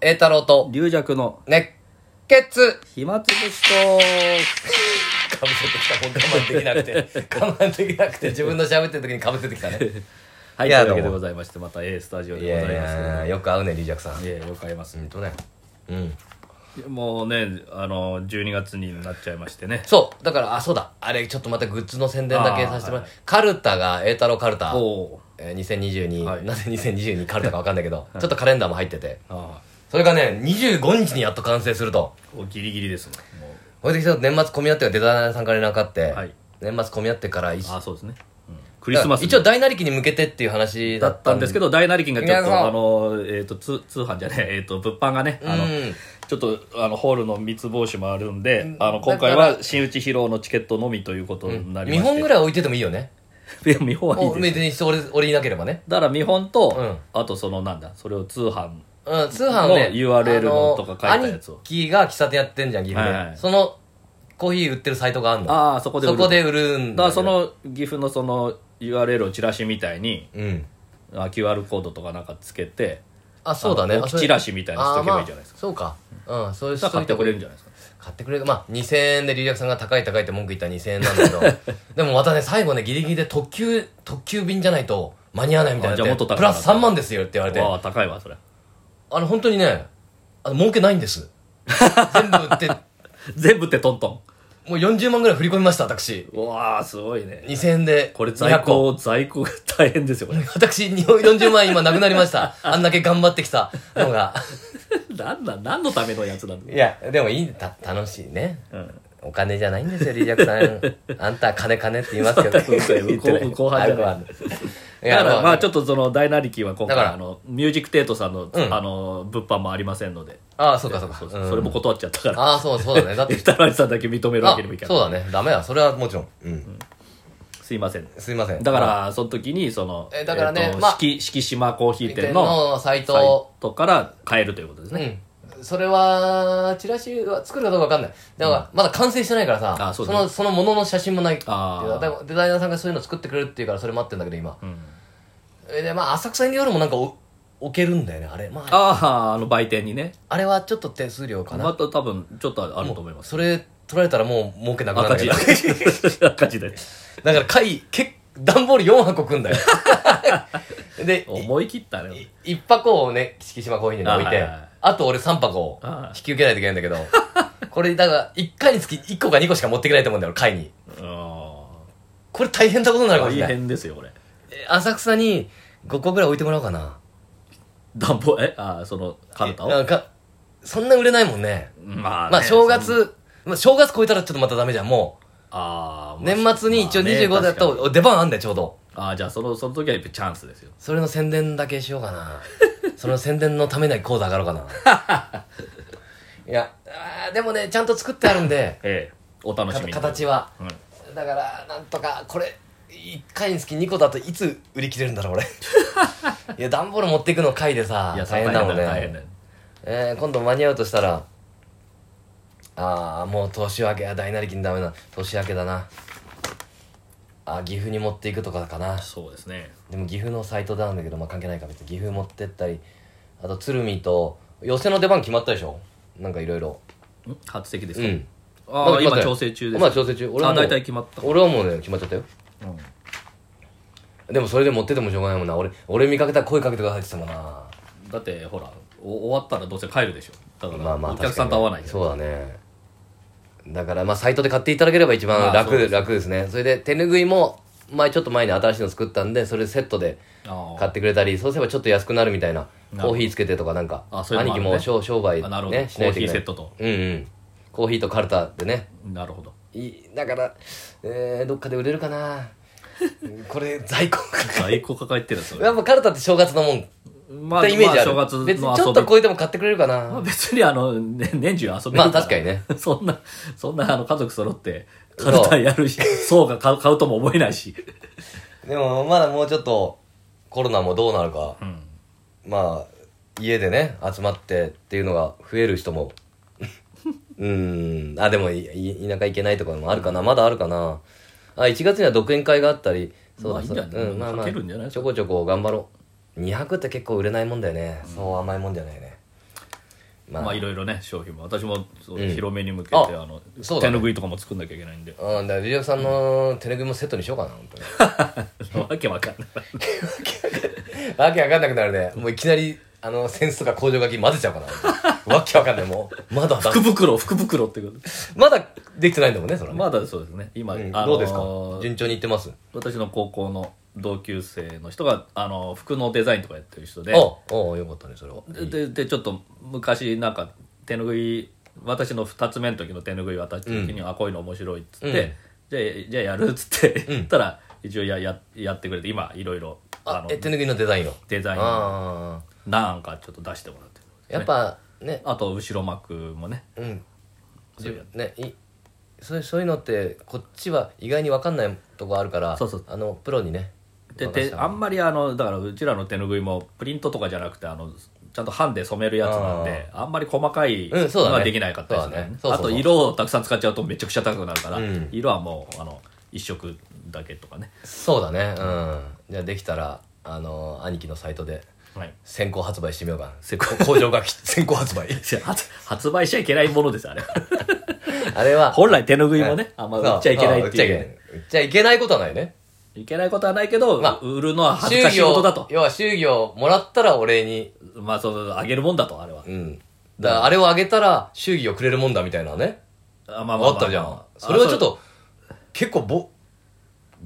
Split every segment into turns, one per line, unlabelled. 栄太郎と、
龍尺の
熱血
暇つぶしと
かぶせてきた、もう我慢できな くて、我慢 できなくて、自分の喋ってる時にかぶせてきたね。
はいい
や
というわけ
ど
で
うも
ございましてまた A スタジオ
い
でご
や
ざ
い
いますけど
や、よく合うね、リージャクさん。
いやよくあります
うんとね。うん。
もうねあの12月になっちゃいましてね
そう、だから、あ、そうだ。あれ、ちょっとまたグッズの宣伝だけさせてもらう
あーはい。
カルタが、栄太郎カルタ。
お
えー2022、
はい
なぜ2022カルタか分かんないけど、ちょっとカレンダーも入ってて。
あ
それがね、25日にやっと完成すると。
あギリギリですねも
これでちょっと年末混み合ってデザイナーさんから連絡あって、
はい
年末混み合ってから一
うああそうですね、うんクリスマス
一応大なりきに向けてっていう話
だ
だ
っ
ったた
んです
け
けど大成金がちょっ
皆さ
と
ん
あの、えー、と通通販じゃねええ ーと物販がねあの、
うん
ちょっとあのホールの三つ星もあるんで、
ん
あの今回
だ
は
から
新内披露のチケットのみということになり
見
まして、
本ぐ
ら
らい置いててもいいよね
いいや見本はいいです
お別に俺俺いなければね
だから見本と、
うん
あとそのなんだそれを通販
うん通販をね
の URL のとか書いたやつを
あの兄貴が喫茶店やってんじゃん岐阜で、
はいはい
そのコーヒー売ってるサイトがあるの
ああそこで売
そ
る
こで売るん
だから
け
そ
ど
の岐阜のその URL をチラシみたいに
うん
あ QR コードとかなんかつけて
あそうだ
あ
ね
の
あそれ
チラシみたいにしとけばいいじゃないです
あまあそうかうんそういう
さあ買ってくれるんじ
ゃ
ゃないですか
買ってくれるまあ2000円で龍薬さんが高い高いって文句言った2000円なんだけど でもまたね最後ねギリギリで特急特急便じゃないと間に合わないみたいにな
あじゃ
っ
あも
て
っと高く
プ
なっ
ラ
た
ス3万ですよって言われて
わあ高いわそれ
あの本当にねあの儲けないんです 全部売って
全部ってトント
もう40万ぐらい振り込みました私
ンうわあすごいね
2000円で
これ在
200個
庫在庫が大変ですよこれ
私に40万円今なくなりましたあんだけ頑張ってきたのが
なんなん何のためのやつなんだ
いやでもいいた楽しいね
うん
お金じゃないんですよ、リージャクさん。あんた金金って言いますけど。
そうそう
言ってない
後後半じゃない
あ後半い
だ
や、
からまあ
あ
ちょっとその大なりきは今回
だから
あのミュージックテートさんの,、
うん
あの物販もありませんので
ああ、そうかそうか。
そう
うん
それも断っちゃった から
ああ、そうそうだね。だって、
北谷さんだけ認めるわ
あ
けにもいかない
そうだね。ダメだ。それはもちろん。うん。
すいません
すいません。
だか、らその時にその
えだからね
えっと
まあ
四季四季島コーヒー
店
店の
のサイ
サイ
ト、
トから買えるということです
う
ね、
ん。それは、チラシは作るかどうかわかんない。だから、まだ完成してないからさ、
あそうだね
の、そのものの写真もないっていう
あー
だからデザイナーさんがそういうの作ってくれるっていうから、それ待ってんだけど、今。
うん
えで、まあ、浅草に夜もなんかお置けるんだよね、あれ。まあ、
あああの売店にね
あれはちょっと手数料かな
ま。た多分ちょっとあると思います
それ取られたらもう儲けなくなるん
赤
だけ
字
ど
赤字で
だから貝け段ボール4箱くんだ よで
思い切ったね
1箱をね敷島コーヒーに置い
あはい
て
はいはい
あ,、と俺3箱を
あ
引き受けないといけないんだけど これだから1回につき1個か2個しか持っていけないと思うんだよ貝に
うん
これ大変なことになるかもしれ
大
ない
変ですよこれ
え浅草に5個ぐらい置いてもらおうかな
暖房えああそのカルタ
な
を
んかそんな売れないもんね
ま
まあ正
そん
月まあ正月超えたらちょっとまたダメじゃんも
ああ
う年末に一応25だ
まあね確かに
と出番あんだよちょうど
ああじゃあそのその時はやっぱチャンスですよ
それの宣伝だけしようか なその宣伝のためだけ講座上がろうかな いやあーでもねちゃんと作ってあるんで
ええお楽
か
しみに
形は
うん
だからなんとかこれ1回につき2個だといつ売り切れるんだろう 俺いや段ボール持っていくの回でさ
いや
大変だもん
大変だ
ね、
よ
えー今度間に合うとしたらああもう年明けあ大なりきにダメだ年明けだなあー岐阜に持っていくとかかな
そうですね
でも岐阜のサイトなんだけど、まあ、関係ないから別に岐阜持ってったりあと鶴見と寄せの出番決まったでしょなんかいろいろ
ん初席です
う
か、
ん
あ
ま
あ
だ
今
決まってない
調整中です
まあ調整中俺は
あ
も
大体
う
決まった、
俺はもうね決まっちゃったよ
うん
でもそれで持っててもしょうがないもんな俺俺見かけたら声かけてくださいって言ってたもんな
だってほらお終わったらどうせ帰るでしょだから、
まあまあ
お客さんと会わない
確
け
かに
ど
ねそうだねだからまあサイトで買っていただければ一番
まあそ
楽,、
うです
楽ですねそれで手拭いも前ちょっと前に新しいの作ったんでそれセットで
あ
買ってくれたりそうすればちょっと安くなるみたいな
な
コ
るほど
ーヒーつけてとかなんか
あそういうの
兄貴
もあ
も
るね
商商売
あなるほど、
ねし
コ
ない
ー
と
ヒ
いけな
ーセ
い
ットと
うんうんコーヒーとカルタでね
なるほど
いいだから、えーどっかで売れるかな うんこれ在庫
在庫抱えてるんです よ
やっぱカルタって正月のもんっ
ま
てイメージある、
まあ、正月の遊び
別にちょっと超えても買ってくれるか
まあ
な
別にあの、ね、年中遊べるから
まあ確かにね
そんなそんなあの家族揃って
そ
カ
う
ルタやるし層が買う買うとも思えないし、
でもまだもうちょっとコロナもどうなるか
うん、
まあ家でね集まってっていうのが増える人 もうんあでもいい田舎行けないとかもあるかなまだあるかなあ1月には独演会があったりそう
ま
だ
あいい
そ
んじゃ
う
ない
うんまあまあ
勝てるんじゃない
ちょこちょこ頑張ろう200って結構売れないもんだよねそう甘いもんじゃないねまあ
まあいろいろね商品も私もそう
うん
広めに向けて、
あ
あの
そうだ
手
ね
ぬぐいとかも作んなきゃいけな いんで
うん、だから、リリオさんの手ぬぐいもセットにしようかな、本当に。
わけわかんない
わけわかんなくなるね。もういきなり、あの、センスとか工場書き混ぜちゃうかな本当に。わけわかんない、もう。まだだ
福、袋福袋ってこと
まだできてないんだもんね、それはね。
まだそうですね今、
うん
あの
どうですか順調にいってます
私の高校の同級生の人があの服のデザインとかやってる人で
おおうよかったね、それは。
でででちょっと昔なんか手ぬぐい私の2つ目の時の手ぬぐい渡した時に、あこういうの面白いっつって、
うん
じゃあじゃあやるっつって言ったら、一応やややってくれて今いろいろあ
あ
の、
え、手ぬぐいのデザインを。
デザイン
ああ。
なんかちょっと出してもらってる
やっぱ、ね、
あと後ろ幕もね
うん。
そういうや
ね、いそうそういうのって、こっちは意外にわかんないとこあるから、
そうそう
あの、プロにね。
で
渡し
で
た
あんまりあのだからうちらの手ぬぐいもプリントとかじゃなくてあのちゃんと版で染めるやつなんであんまり細かい
うんそ
の
うだね
はできないかったですね,、
そうだねそうそうそう
あと色をたくさん使っちゃうとめちゃくちゃ高くなるから、
うん
色はもうあの一色だけとかね、
そうだね、うん。じゃあできたら、あの、兄貴のサイトで。
はい、
先行発売してみようかな工場がき 先行発売
発発売しちゃいけないものですあれ
あれ は
本来手ぬぐいもねあんま売っちゃいけない
そう
っ
売ってちゃいけ
いう
ない売っちゃいけないことはないね
いけないことはないけど、
まあ
売るのは恥ずかしいことだと
要は祝儀をもらったらお礼に
まあそのあげるもんだとあれは、
うんだからあれをあげたら祝儀をくれるもんだみたいなね
あま
あ
あまあまあ
ったじゃんそれはちょっと結構ぼ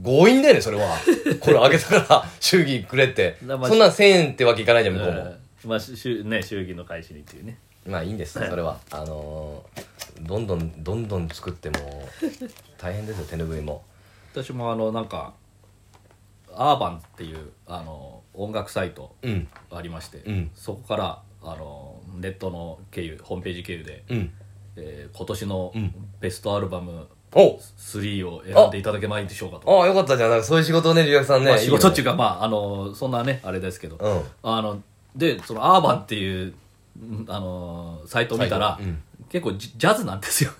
強引だよねそれ はこれあげたから祝儀くれってそん
だからまあ
なん1000円ってわけいかないじゃん向こうも
うんまあ、しゅね、祝儀の開始にっていうね。
まあいいんですそれはあのーどんどんどんどん作っても大変ですよ手ぬぐいも
私もあの、なんか、アーバンっていう、あの、音楽サイト
うん
ありまして、
ん
そこから、あの、ネットの経由、ホームページ経由で、
うん
えー今年の
ん
ベストアルバム
お
3を選んでいただけないでしょうかと。
ああ、よかったじゃん。なんかそういう仕事をね、龍役さんね。
まあ、仕事っていううか、まあ、あの、そんなね、あれですけど、
うん
あの、で、そのアーバンっていう、んあのサイト見たら、
サイトうん
結構ジジャズなんですよ。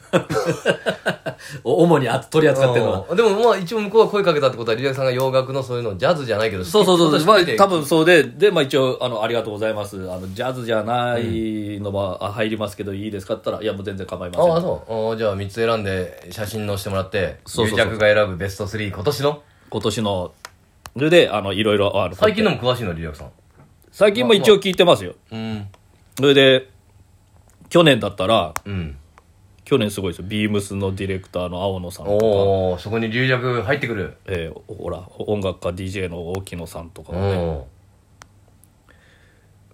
お主にあ取り扱ってるのは。
うんでもまあ一応向こうが声かけたってことは龍役さんが洋楽のそういうのジャズじゃないけど
そうそうそうそう。まあ、多
分
分そうで、で、まあ一応、あの、ありがとうございます。あの、ジャズじゃないのは、あ入りますけど、いいですかって言ったら、いや、もう全然構いません。
ああそうああじゃあ3つ選んで写真載せてもらって
そうそうそう
龍役が選ぶベスト3今年の
今年の、それで、あの、いろいろ、あの、
最近のも詳しいの龍役さん
最近も一応聞いてますよ。
うん
それで、去年だったら、
うん
去年すごいですよ。ビームスのディレクターの青野さんとか、
おおそこに龍役入ってくる
えーほら、音楽家 DJ の大木野さんとか
う
がね、
ん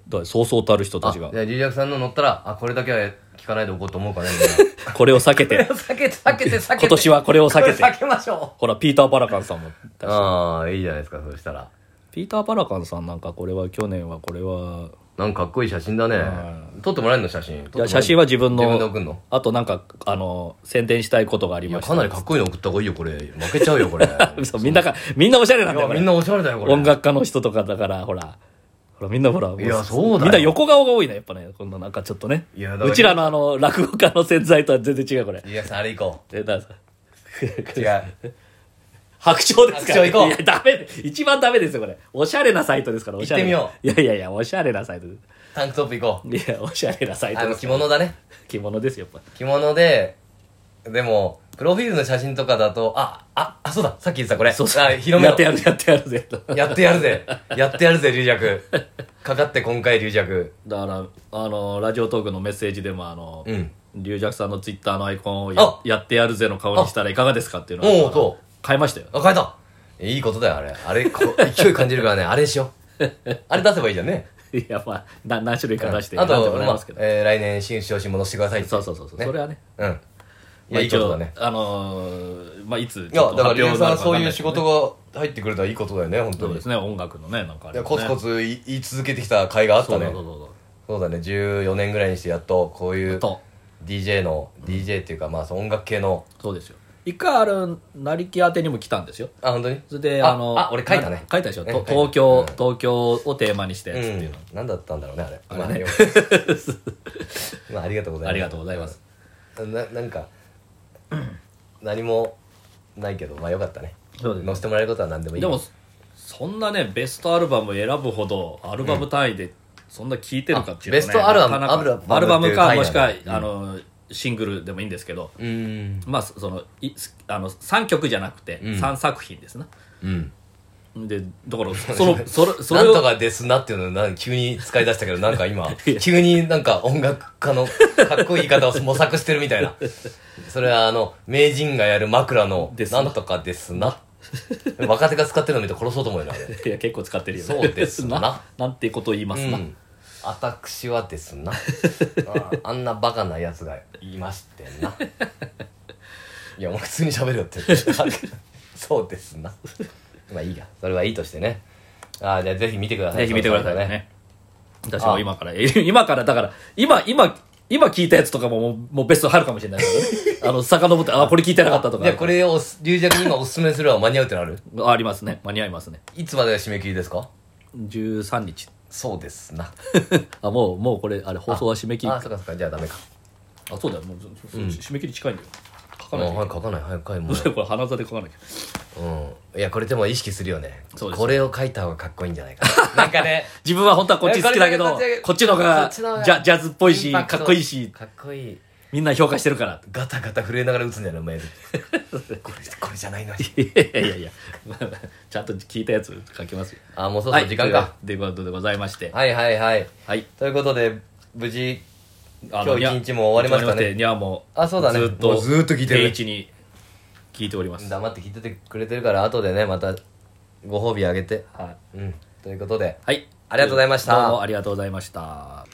だからそうそうたる人た
あ
ち
じゃ
が、
あ龍役さんの乗ったらあこれだけは聞かないでおこうと思うかね
これを 避 けて、
避けて避けて避けて
今年はこれを避けて、
避けましょ
ほら、ピーター・パラカンさんも、
うああいいじゃないですかそうしたら
ピーター・パラカンさんなんかこれは去年はこれは
なんかかっこいい写真だね。撮ってもらえるの写真。
いや写真は自分の
自分で送るの
あとなんかあの宣伝したいことがあり
いや、
まし
か
た
なりかっこいいの送った方がいいよ、これ。負けちゃうよ、これ。い
嘘みんながみんなおしゃれなん
や、
だよこれ
みんなおしゃれだよ、これ。
音楽家の人とかだからほらほらみんなほらも
いやそうだよ
みんな横顔が多いねやっぱねこんななんかちょっとね
いやだから
うちらのあの落語家の宣材とは全然違うこれ
いや、さあれ行こ
えだ
う。違う。
白鳥ですから
白鳥行こう
いやダメ一番ダメですよこれおしゃれなサイトですからおしゃれ
行って
みよういやいやいやおしゃれなサイトで
タンクトップ行こう。
すいやおしゃれなサイ
あ
トで
の、
す
着
から
物だね。
着物ですよやっぱ
着物で、でも、プロフィールの写真とかだと、あ、あ、あ、そうだ、さっき言ってた、これ。
そうそう
あ広め
やっ
ろ
てやるやってやるぜと
やってやるぜ。やってやるぜ、龍弱。かかって今回、龍弱。
だからあのラジオトークのメッセージでもあの、
うん
龍尺さんのツイッターのアイコンをや
あ
やってやるぜの顔にしたらいかがですかっていうの
お
を
おそう。
変えましたよ
あ、変えた。いいことだよ、あれ。あれ、こう勢い感じるからね、あれしよう。あれ出せばいいじゃんね。
いやまあな何種類 か出して
あ
選んで
と、
もらい
まあ
ますけど、
えー来年新商品戻してくださいって
そうそうそうそう、
ね
それはね
うんいや
まあ
いいことだね
一応あのーまあいつ
いやだからリュウさんはそういう仕
が
事が入ってくれたらいいことだよね本当
そう
に、
ですね音楽のねなんかあ
い
れ、
や
ね、
コツコツい言い続けてきた甲斐があった
そう
ね
そう
そ
そううそう
だね14年ぐらいにしてやっとこういう
と
DJ の DJ っていうかまあその音楽系の
そうですよ一回あるなりき宛てにも来たんですよ
あ本当に
それで
あ
あの
あ俺書いたね
な書いたでしょ、
ね
と
書いた
東京、
うん
東京をテーマにしたやつってい
う
うの、
ん、何だったんだろうねあれ
あれね
まあまあありがとうございます
ありがとうございます
ななんか何もないけどまあよかったね
そうです
載せてもらえることは何でもいい
でもそんなねベストアルバム選ぶほどアルバム単位でそんな聴いてるかっていう
あベストアルバム
なか
ア
なか
ルバム
アルバムか
っていう回なんだう
もしくは、
ん
あのシングルでもいいんですけど、
うん
まあそそのいすあの3曲じゃなくて
うん
3作品ですね、
うん
で だからそのそれそれ
なん
を
とかですなっていうのをなん急に使い出したけど、なんか今
いや、
急になんか音楽家のかっこいい言い方を模索してるみたいな。それはあの、名人がやる枕の
で、す
な
なん
とかですな。若手が使ってるの見て殺そうと思うよな。
いや結構使ってるよね
そうですな
ななんてことを言いますな、
うん私はです な。ああんなバカなやつがいましてな。いや、もう普通に喋るよって。 そうですな。まあいいや。それはいいとしてね。ああ、じゃあぜひ見てください。
ぜひ見てくださいね。私も
あ
今から、え 今から、だから、今、今、今聞いたやつとかももう、もうベスト入るかもしれないから ね。あの、遡って、あ、これ聞いてなかったとか。
じゃあこれを龍尺に今おすすめするは間に合うってのある
あありますね。間に合いますね。
いつまでが締め切りですか
13日。
そうですな
あ、もう、もうこれ、あれ、放送は締め切り。
あ
あ
そっかそっかじゃあダメか
そうだよ。もう、そそ締め切り近いんだよ。書か
もう
なきゃいけ
早く書かな
ない。
い早く書いも
どうせこれ、鼻座で書かなきゃ。
う、うん、いやこれでも意識するよね
そうですね
これを書いた方がかっこいいんじゃないかななんかね
自分は本当はこっち好きだけ
いや
ど
これこっち、
こっちの方
こ
が、
っ
ジ
ちの方が
ャジャズっ ぽいし、
インパクト
かっこいいし、
かっこいい
みんな評価してるから。
ガタガタ震えながら打つんじゃないお前こ れこれじゃないのに
いやいやい や、ちゃんと聞いたやつ書きますよ。
あもうそろそろ時間か、
ということでございまして。
はい、はいはい
はい。
ということで無事
あ
今
の
日一日も終わりましたね
にゃーも。
あそうだね
ずっと、
もうずっと聞いてる
定位置に聞いております。
黙って聞いててくれてるから後でねまたご褒美あげて
はい。
うんということで
はい。
ありがとうございました
どうもありがとうございました。